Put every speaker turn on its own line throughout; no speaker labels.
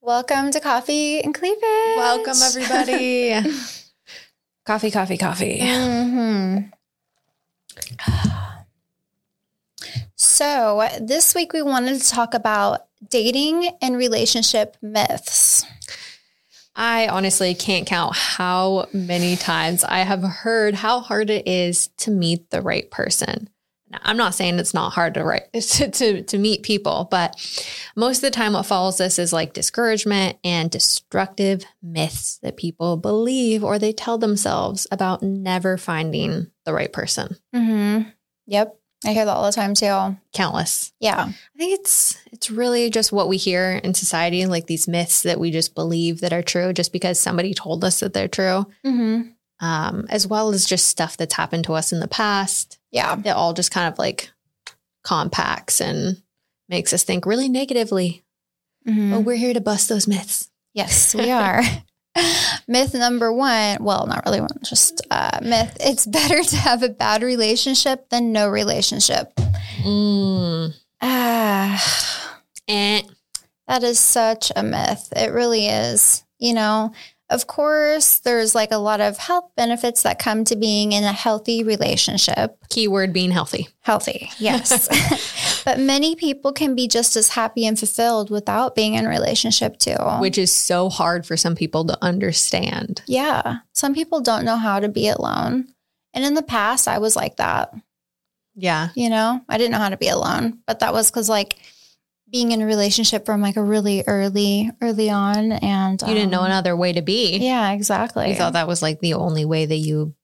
Welcome to Coffee and Cleavage.
Welcome, everybody.
Coffee, coffee, coffee.
Mhm. So, this week we wanted to talk about dating and relationship myths.
I honestly can't count how many times I have heard how hard it is to meet the right person. Now, I'm not saying it's not hard to write to, to, to meet people, but most of the time what follows this is like discouragement and destructive myths that people believe or they tell themselves about never finding the right person.
Mm-hmm. Yep. I hear that all the time too.
Countless.
Yeah.
I think it's it's really just what we hear in society, like these myths that we just believe that are true, just because somebody told us that they're true,
Mm-hmm.
um, as well as just stuff that's happened to us in the past
Yeah.
that all just kind of like compacts and makes us think really negatively.
Mhm.
But we're here to bust those myths.
Yes, we are. myth number one well, not really one, just uh, myth. It's better to have a bad relationship than no relationship.
Mm.
Ah.
Eh.
That is such a myth. It really is. You know, of course, there's like a lot of health benefits that come to being in a healthy relationship.
Keyword being healthy.
Healthy, yes. but many people can be just as happy and fulfilled without being in a relationship too.
Which is so hard for some people to understand.
yeah, some people don't know how to be alone. And in the past, I was like that.
Yeah.
You know, I didn't know how to be alone, but that was because like being in a relationship from like a really early, early on, and
You didn't know
um,
another way to be.
Yeah, exactly.
You thought that was like the only way that you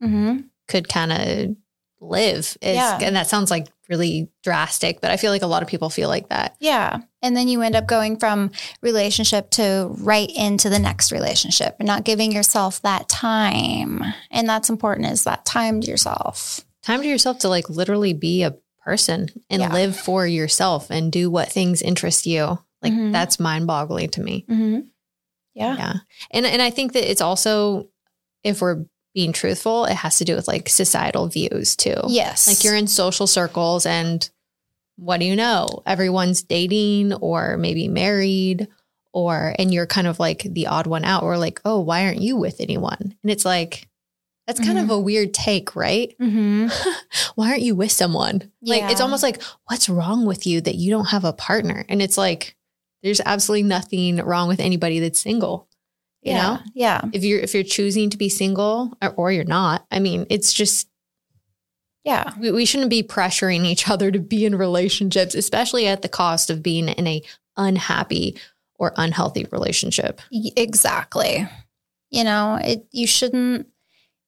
hmm
could kind of live. Is,
Yeah.
And that sounds like really drastic, but I feel like a lot of people feel like that.
Yeah. And then you end up going from relationship to right into the next relationship and not giving yourself that time. And that's important is that time to yourself.
Time to yourself to like literally be a person and
Yeah.
live for yourself and do what things interest you. Like
Mhm.
that's mind boggling to me.
Mm-hmm. Yeah.
And, and I think that it's also, if we're being truthful, it has to do with like societal views too.
Yes.
Like you're in social circles and what do you know? Everyone's dating or maybe married or and you're kind of like the odd one out or like, "Oh, why aren't you with anyone?" And it's like that's kind of a weird take, right?
Mm-hmm.
Why aren't you with someone? Like it's
Yeah.
almost like what's wrong with you that you don't have a partner? And it's like there's absolutely nothing wrong with anybody that's single. You
yeah.
know?
Yeah.
If you're if you're choosing to be single or, or you're not, I mean, it's just
Yeah.
we, we shouldn't be pressuring each other to be in relationships, especially at the cost of being in a unhappy or unhealthy relationship.
Y- Exactly. You know, it you shouldn't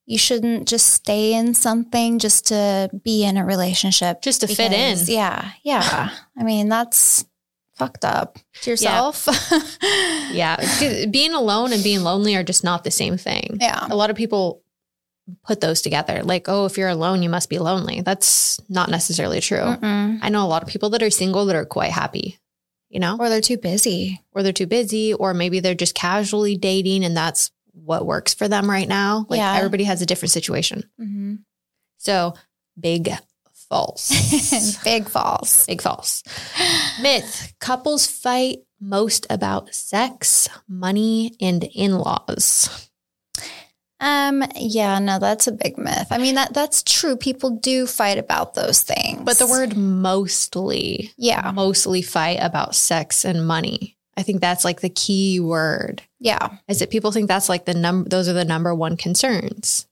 you shouldn't just stay in something just to be in a relationship.
Just to fit in.
Because- Yeah. Yeah. I mean, that's fucked up to yourself.
Yeah. 'cause being alone and being lonely are just not the same thing.
Yeah.
A lot of people put those together like, oh, if you're alone, you must be lonely. That's not necessarily true.
Mm-mm.
I know a lot of people that are single that are quite happy, you know,
Or they're too busy.
or they're too busy, or maybe they're just casually dating and that's what works for them right now. Like
Yeah.
everybody has a different situation.
Mm-hmm.
So big false.
Big falls.
big false. Myth couples fight most about sex, money, and in laws.
Um. Yeah. No, that's a big myth. I mean that that's true. People do fight about those things.
But the word mostly,
Yeah.
mostly fight about sex and money. I think that's like the key word.
Yeah.
Is that people think that's like the number, those are the number one concerns.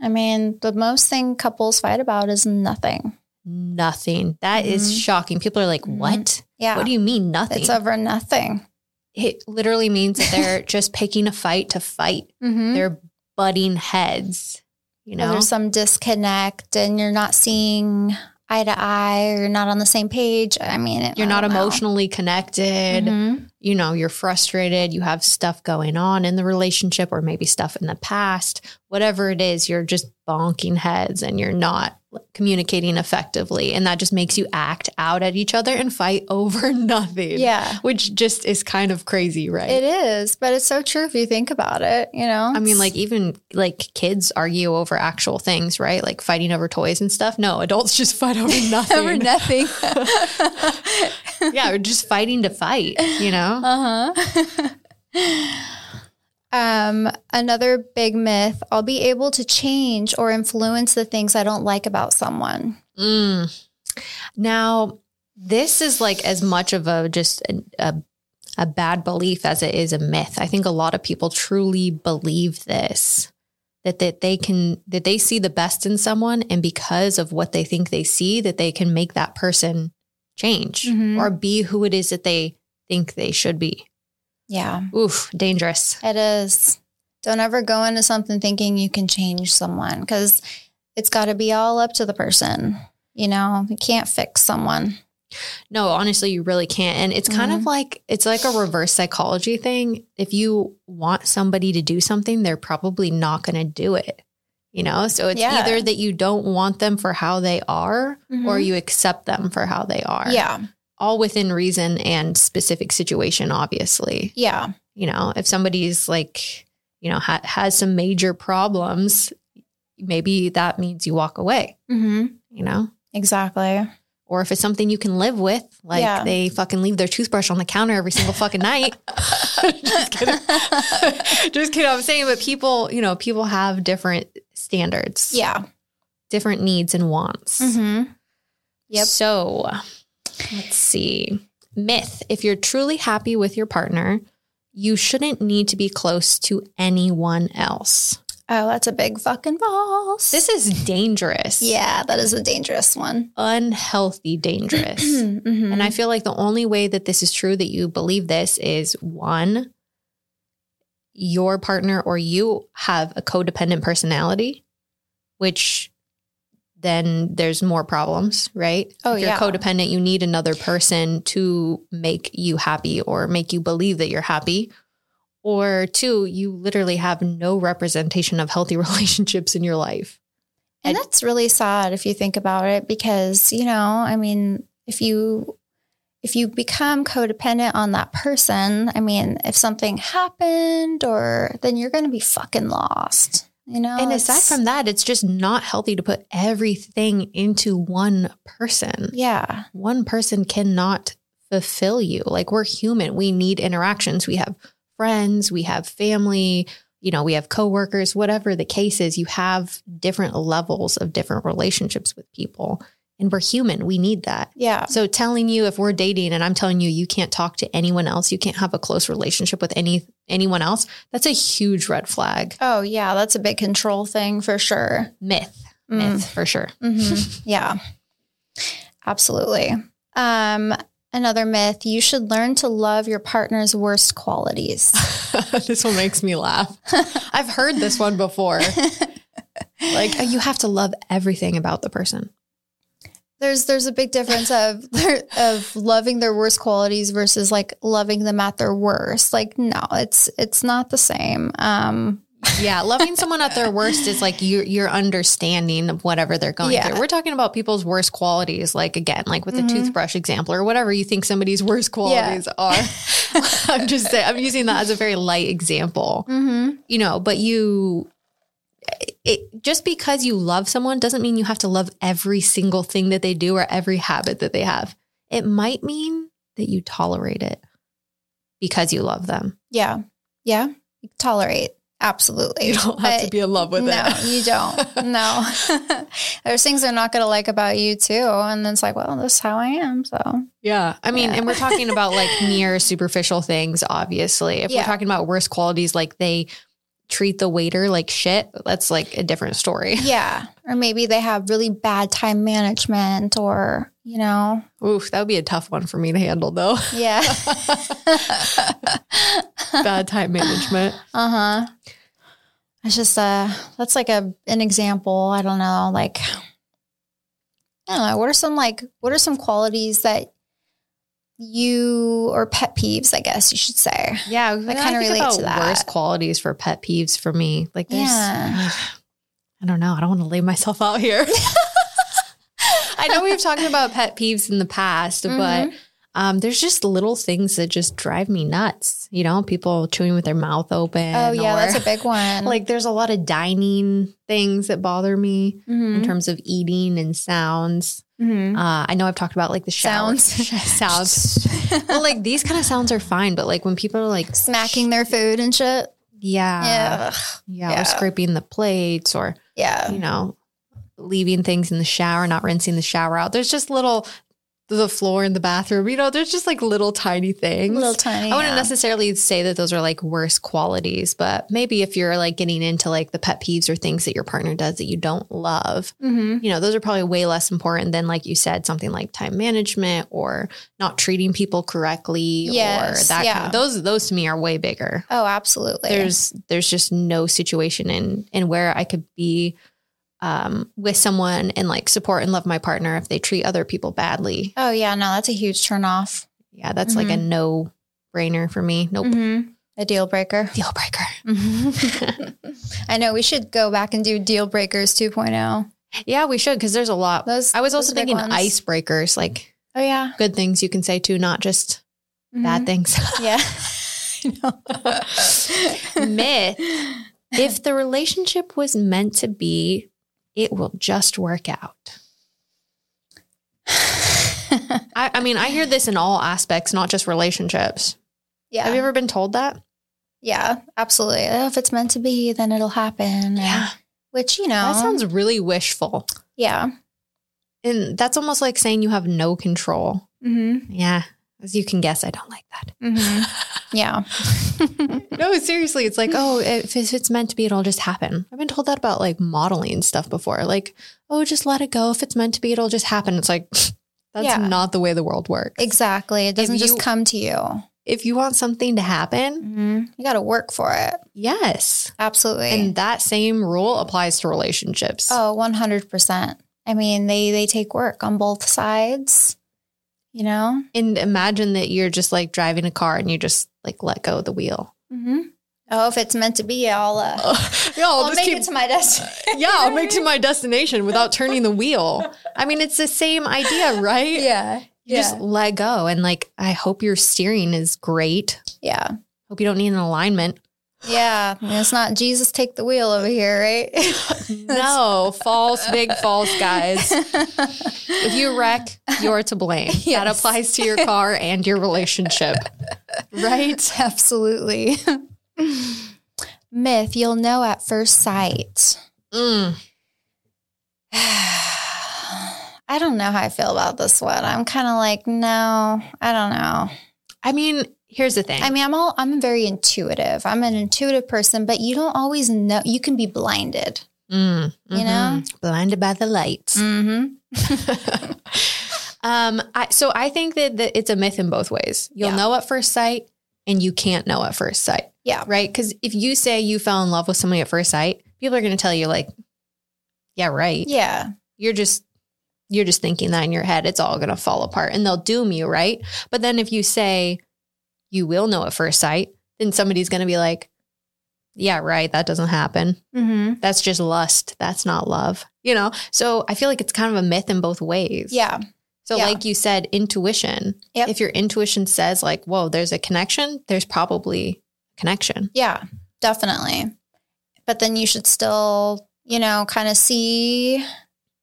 I mean, the most thing couples fight about is nothing.
Nothing. That is
Mhm.
shocking. People are like,
Mhm.
what?
Yeah.
What do you mean, nothing?
it's over nothing.
it literally means that they're just picking a fight to fight.
Mm-hmm.
they're butting heads, you know?
There's some disconnect, and you're not seeing eye to eye, or you're not on the same page. I mean, it,
You're
I
not
don't know.
emotionally connected.
Mhm.
You know, you're frustrated. You have stuff going on in the relationship or maybe stuff in the past, whatever it is, you're just bonking heads and you're not communicating effectively. And that just makes you act out at each other and fight over nothing.
Yeah.
Which just is kind of crazy, right?
It is, but it's so true if you think about it, you know?
I mean, like even like kids argue over actual things, right? Like fighting over toys and stuff. No, adults just fight over nothing.
over nothing.
yeah, we're just fighting to fight, you know?
Uh huh. um, another big myth I'll be able to change or influence the things I don't like about someone.
Mm. Now, this is like as much of a just a, a a bad belief as it is a myth. I think a lot of people truly believe this that that they can that they see the best in someone and because of what they think they see that they can make that person change
Mhm.
or be who it is that they think they should be.
Yeah,
Oof, dangerous.
it is. Don't ever go into something thinking you can change someone because it's got to be all up to the person. You know, you can't fix someone.
No, honestly, you really can't. And it's kind
Mm-hmm.
of like it's like a reverse psychology thing. If you want somebody to do something, they're probably not going to do it. You know, so it's
Yeah.
either that you don't want them for how they are or you accept them for how they are.
Mm-hmm. yeah,
All within reason and specific situation, obviously.
yeah.
You know, if somebody's like, you know, ha- has some major problems, maybe that means you walk away,
hmm
you know?
Exactly.
Or if it's something you can live with, like
Yeah.
they fucking leave their toothbrush on the counter every single fucking night. just kidding. just kidding. I'm saying, but people, you know, people have different standards,
Yeah.
different needs and wants.
hmm Yep.
So let's see. Myth if you're truly happy with your partner, you shouldn't need to be close to anyone else.
Oh, that's a big fucking balls.
This is dangerous.
yeah, that is a dangerous one.
Unhealthy, dangerous.
Mhm.
And I feel like the only way that this is true that you believe this is one, your partner or you have a codependent personality, which then there's more problems, right?
Oh,
if you're
yeah.
codependent, you need another person to make you happy or make you believe that you're happy. Or two, you literally have no representation of healthy relationships in your life.
And that's really sad if you think about it because, you know, I mean, if you if you become codependent on that person, I mean, if something happened or then you're going to be fucking lost, you know?
And aside
Oh, It's-
from that, it's just not healthy to put everything into one person.
yeah,
One person cannot fulfill you. Like we're human, we need interactions. We have friends, we have family, you know, we have coworkers, whatever the case is, you have different levels of different relationships with people. And we're human, we need that.
yeah,
So telling you if we're dating and I'm telling you you can't talk to anyone else, you can't have a close relationship with any anyone else, that's a huge red flag.
oh yeah, that's a big control thing for sure.
Myth
Mm.
myth for sure.
Mhm. Yeah, absolutely. Um, another myth: you should learn to love your partner's worst qualities.
this one makes me laugh. I've heard this one before. like you have to love everything about the person.
There's there's a big difference of their- of loving their worst qualities versus like loving them at their worst. Like no, it's it's not the same. Um,
Yeah, loving someone at their worst is like your your understanding of whatever they're going
Yeah.
through. We're talking about people's worst qualities, like again, like with
Mhm.
the toothbrush example or whatever you think somebody's worst qualities are. I'm just saying, I'm using that as a very light example.
mhm.
you know, but you, it, just because you love someone doesn't mean you have to love every single thing that they do or every habit that they have. It might mean that you tolerate it because you love them.
Yeah, yeah. Tolerate absolutely.
You don't have
But-
to be in love with
no,
it.
you don't. No, there's things they're not going to like about you too, and then it's like, well, this is how I am. So
Yeah. I mean,
Yeah.
and we're talking about like mere superficial things, obviously. If
Yeah.
we're talking about worst qualities, like they treat the waiter like shit, that's like a different story.
Yeah. Or maybe they have really bad time management or, you know,
Oof, that would be a tough one for me to handle though.
yeah.
Bad time management.
uh huh. It's just uh that's like a an example. I don't know, like I don't know, what are some like what are some qualities that you or pet peeves, I guess you should say.
Yeah, I
kinda relate to that.
Worst qualities for pet peeves for me, like there's,
Yeah.
I don't know. I don't want to lay myself out here. I know we've talked about pet peeves in the past,
Mm-hmm.
but um, there's just little things that just drive me nuts. You know, people chewing with their mouth open.
Oh yeah,
or-
that's a big one.
like there's a lot of dining things that bother me in
Mhm.
terms of eating and sounds.
Mhm.
Uh, I know I've talked about like the shower-
Sounds.
sounds. well, like these kind of sounds are fine, but like when people are like,
smacking their food and shit.
yeah, yeah,
yeah.
or
Yeah.
scraping the plates, or
Yeah.
you know, leaving things in the shower, not rinsing the shower out. There's just little the floor in the bathroom. You know, there's just like little tiny things.
Little tiny.
I wouldn't
yeah.
necessarily say that those are like worse qualities, but maybe if you're like getting into like the pet peeves or things that your partner does that you don't love,
Mhm.
you know, those are probably way less important than like you said, something like time management or not treating people correctly
Yes,
or that
yeah.
kind of, those those to me are way bigger.
Oh, absolutely.
There's there's just no situation in in where I could be um with someone and like support and love my partner if they treat other people badly.
oh yeah, no, that's a huge turn off.
Yeah, that's like a
Mm-hmm.
no brainer for me. Nope.
Mhm. A deal breaker.
Deal breaker.
I know we should go back and do deal breakers 2.0.
Yeah, we should because there's a lot.
Those
I was
those
also
are big
thinking
ones.
icebreakers, like
Oh yeah. Mm-hmm.
good things you can say too, not just bad things.
Yeah.
Myth. If the relationship was meant to be, it will just work out. I, I mean, I hear this in all aspects, not just relationships.
yeah.
Have you ever been told that?
yeah, absolutely. Oh, if it's meant to be, then it'll happen. Which, you know.
That sounds really wishful.
yeah.
And that's almost like saying you have no control.
Mm-hmm.
Yeah. As you can guess, I don't like that.
Mm-hmm. Yeah.
No, seriously, it's like, oh, if, if it's meant to be, it'll just happen. I've been told that about like modeling and stuff before. Like, oh, just let it go. If it's meant to be, it'll just happen. It's like, that's
Yeah.
not the way the world works.
Exactly. It doesn't
you-
just come to you.
If you want something to happen,
Mhm. You got to work for it.
yes.
Absolutely.
And that same rule applies to relationships.
Oh, 100%. I mean, they they take work on both sides, you know?
And imagine that you're just like driving a car and you just like let go of the wheel.
Mm-hmm. Oh, if it's meant to be, I'll uh,
yeah, Oh, I'll,
I'll,
just
make
keep
it to my destination.
yeah, I'll make it to my destination without turning the wheel. I mean, it's the same idea, right?
yeah.
You
Yeah.
just let go. And like, I hope your steering is great.
Yeah.
Hope you don't need an alignment.
Yeah. I mean, it's not Jesus take the wheel over here, right?
No, false, big false, guys. If you wreck, you're to blame. That
Yes.
applies to your car and your relationship.
right. Absolutely. Myth, you'll know at first sight.
Mm.
I don't know how I feel about this one. I'm kind of like, no, I don't know.
I mean, here's the thing.
I mean, I'm all I'm very intuitive. I'm an intuitive person, but you don't always know. You can be blinded.
Mm,
You know?
mhm. blinded by the lights.
Mm-hmm.
um, I, so I think that, that it's a myth in both ways. You'll
Yeah.
know at first sight, and you can't know at first sight.
Yeah.
right? Because if you say you fell in love with somebody at first sight, people are going to tell you like, "Yeah, right."
Yeah.
You're just you're just thinking that in your head. It's all going to fall apart, and they'll doom you, right? But then if you say you will know at first sight, then somebody's going to be like, "Yeah, right. That doesn't happen.
Mm-hmm.
That's just lust. That's not love." You know. So I feel like it's kind of a myth in both ways.
Yeah.
So,
Yeah.
like you said, intuition.
Yep.
If your intuition says, like, whoa, there's a connection, there's probably a connection.
Yeah. Definitely. But then you should still, you know, kind of see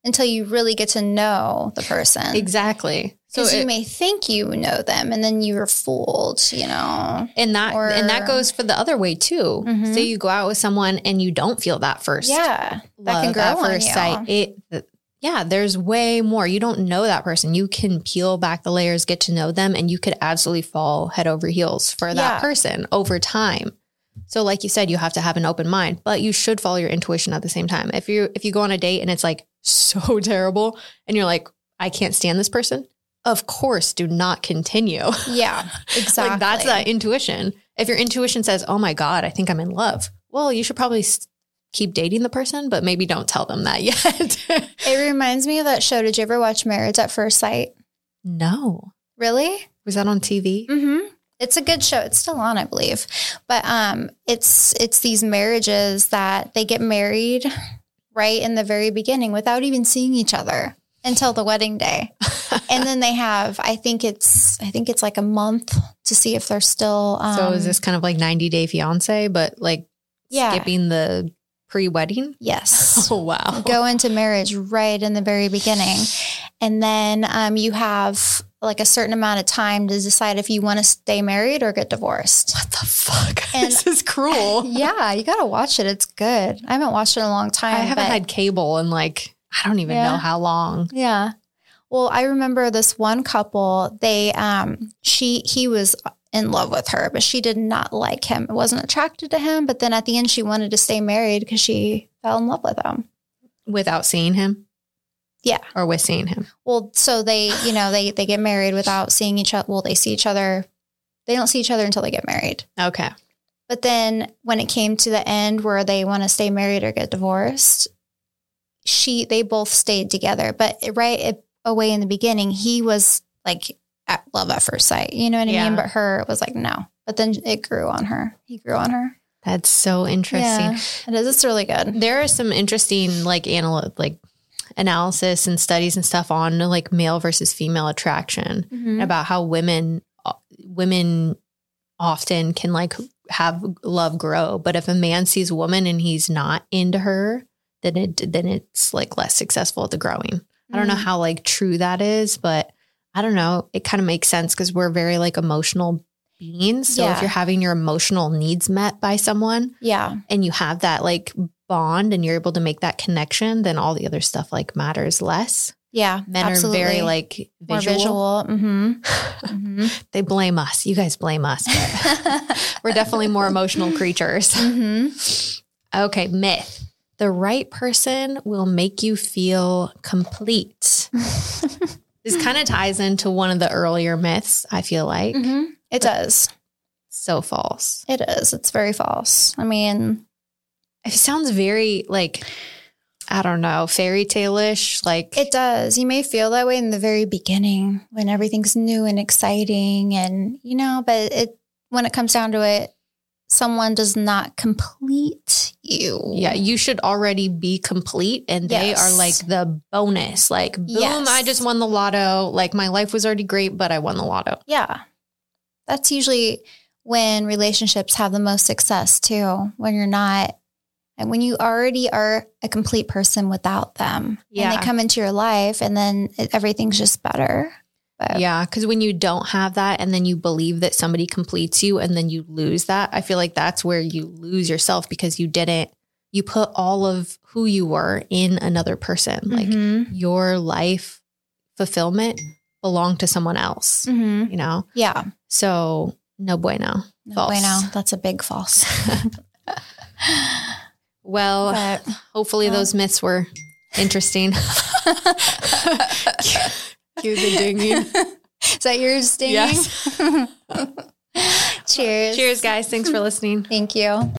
until you really get to know the person.
Exactly. So,
Because Hmm. you
it-
may think you know them, and then you're fooled. You know.
and that
or-
and that goes for the other way too.
Mhm.
Say you go out with someone and you don't feel that first.
Yeah. That can
love
grow
at
on
first
you.
sight. It. th- Yeah, there's way more. You don't know that person. You can peel back the layers, get to know them, and you could absolutely fall head over heels for that
Yeah.
person over time. So like you said, you have to have an open mind, but you should follow your intuition at the same time. If you if you go on a date and it's like so terrible and you're like, I can't stand this person, of course do not continue.
Yeah. Exactly.
Like that's that intuition. If your intuition says, "Oh my god, I think I'm in love," well, you should probably s- keep dating the person, but maybe don't tell them that yet.
It reminds me of that show. Did you ever watch Marriage at First Sight?
no,
Really?
Was that on TV?
hmm It's a good show. It's still on, I believe. But um, it's it's these marriages that they get married right in the very beginning without even seeing each other until the wedding day, and then they have I think it's I think it's like a month to see if they're still. Um,
so is this kind of like 90 Day Fiance, but like
yeah?
skipping the pre-wedding?
Yes.
Oh wow.
go into marriage right in the very beginning. And then um, you have like a certain amount of time to decide if you want to stay married or get divorced.
What the fuck?
And-
this is cruel.
Yeah, you got to watch it. It's good. I haven't watched it in a long time.
I haven't
but-
had cable in like I don't even
Yeah.
know how long.
Yeah. Well, I remember this one couple, they um she he was in love with her, but she did not like him. Wasn't attracted to him, but then at the end she wanted to stay married cuz she fell in love with him.
Without seeing him?
Yeah.
Or with seeing him.
Well, so they, you know, they they get married without seeing each other. Well, they see each other. They don't see each other until they get married.
Okay.
But then when it came to the end where they want to stay married or get divorced, she they both stayed together. But right it, away in the beginning, he was like at love at first sight. You know what I
Yeah.
mean? But her was like no. But then it grew on her. He grew on her.
That's so interesting.
Yeah, it is. It's really good.
There are some interesting like anal like analysis and studies and stuff on like male versus female attraction.
Mhm.
about how women uh, women often can like have love grow but if a man sees a woman and he's not into her then it then it's like less successful at the growing i don't know
Mm-hmm.
how like true that is but i don't know it kind of makes sense because we're very like emotional beings so if
Yeah.
you're having your emotional needs met by someone
Yeah.
and you have that like bond and you're able to make that connection then all the other stuff like matters less
Yeah.
men are very like
more visual.
visual.
hmm hmm
they blame us you guys blame us but We're definitely more emotional creatures.
hmm
Okay, myth. The right person will make you feel complete. this kind of ties into one of the earlier myths, I feel like.
Mhm. It does.
So false.
It is. It's very false. I mean,
It sounds very like I don't know, fairy tale ish. Like
it does. You may feel that way in the very beginning when everything's new and exciting and you know, but it when it comes down to it, someone does not complete you.
yeah, you should already be complete and they
Yes.
are like the bonus. Like boom,
Yes.
I just won the lotto. Like my life was already great, but I won the lotto.
Yeah. That's usually when relationships have the most success too, when you're not and when you already are a complete person without them. And
Yeah.
they come into your life and then it, everything's just better. But
Yeah, because when you don't have that and then you believe that somebody completes you and then you lose that, I feel like that's where you lose yourself because you didn't, you put all of who you were in another person. Like
Mhm.
your life fulfillment belonged to someone else,
Mhm.
you know?
Yeah.
So, no bueno.
No
False.
bueno. That's a big false.
Well,
But
hopefully
well.
those myths were interesting. Cue the dinging.
is that yours, Ding?
Yes.
Cheers.
Cheers, guys. Thanks for listening.
Thank you.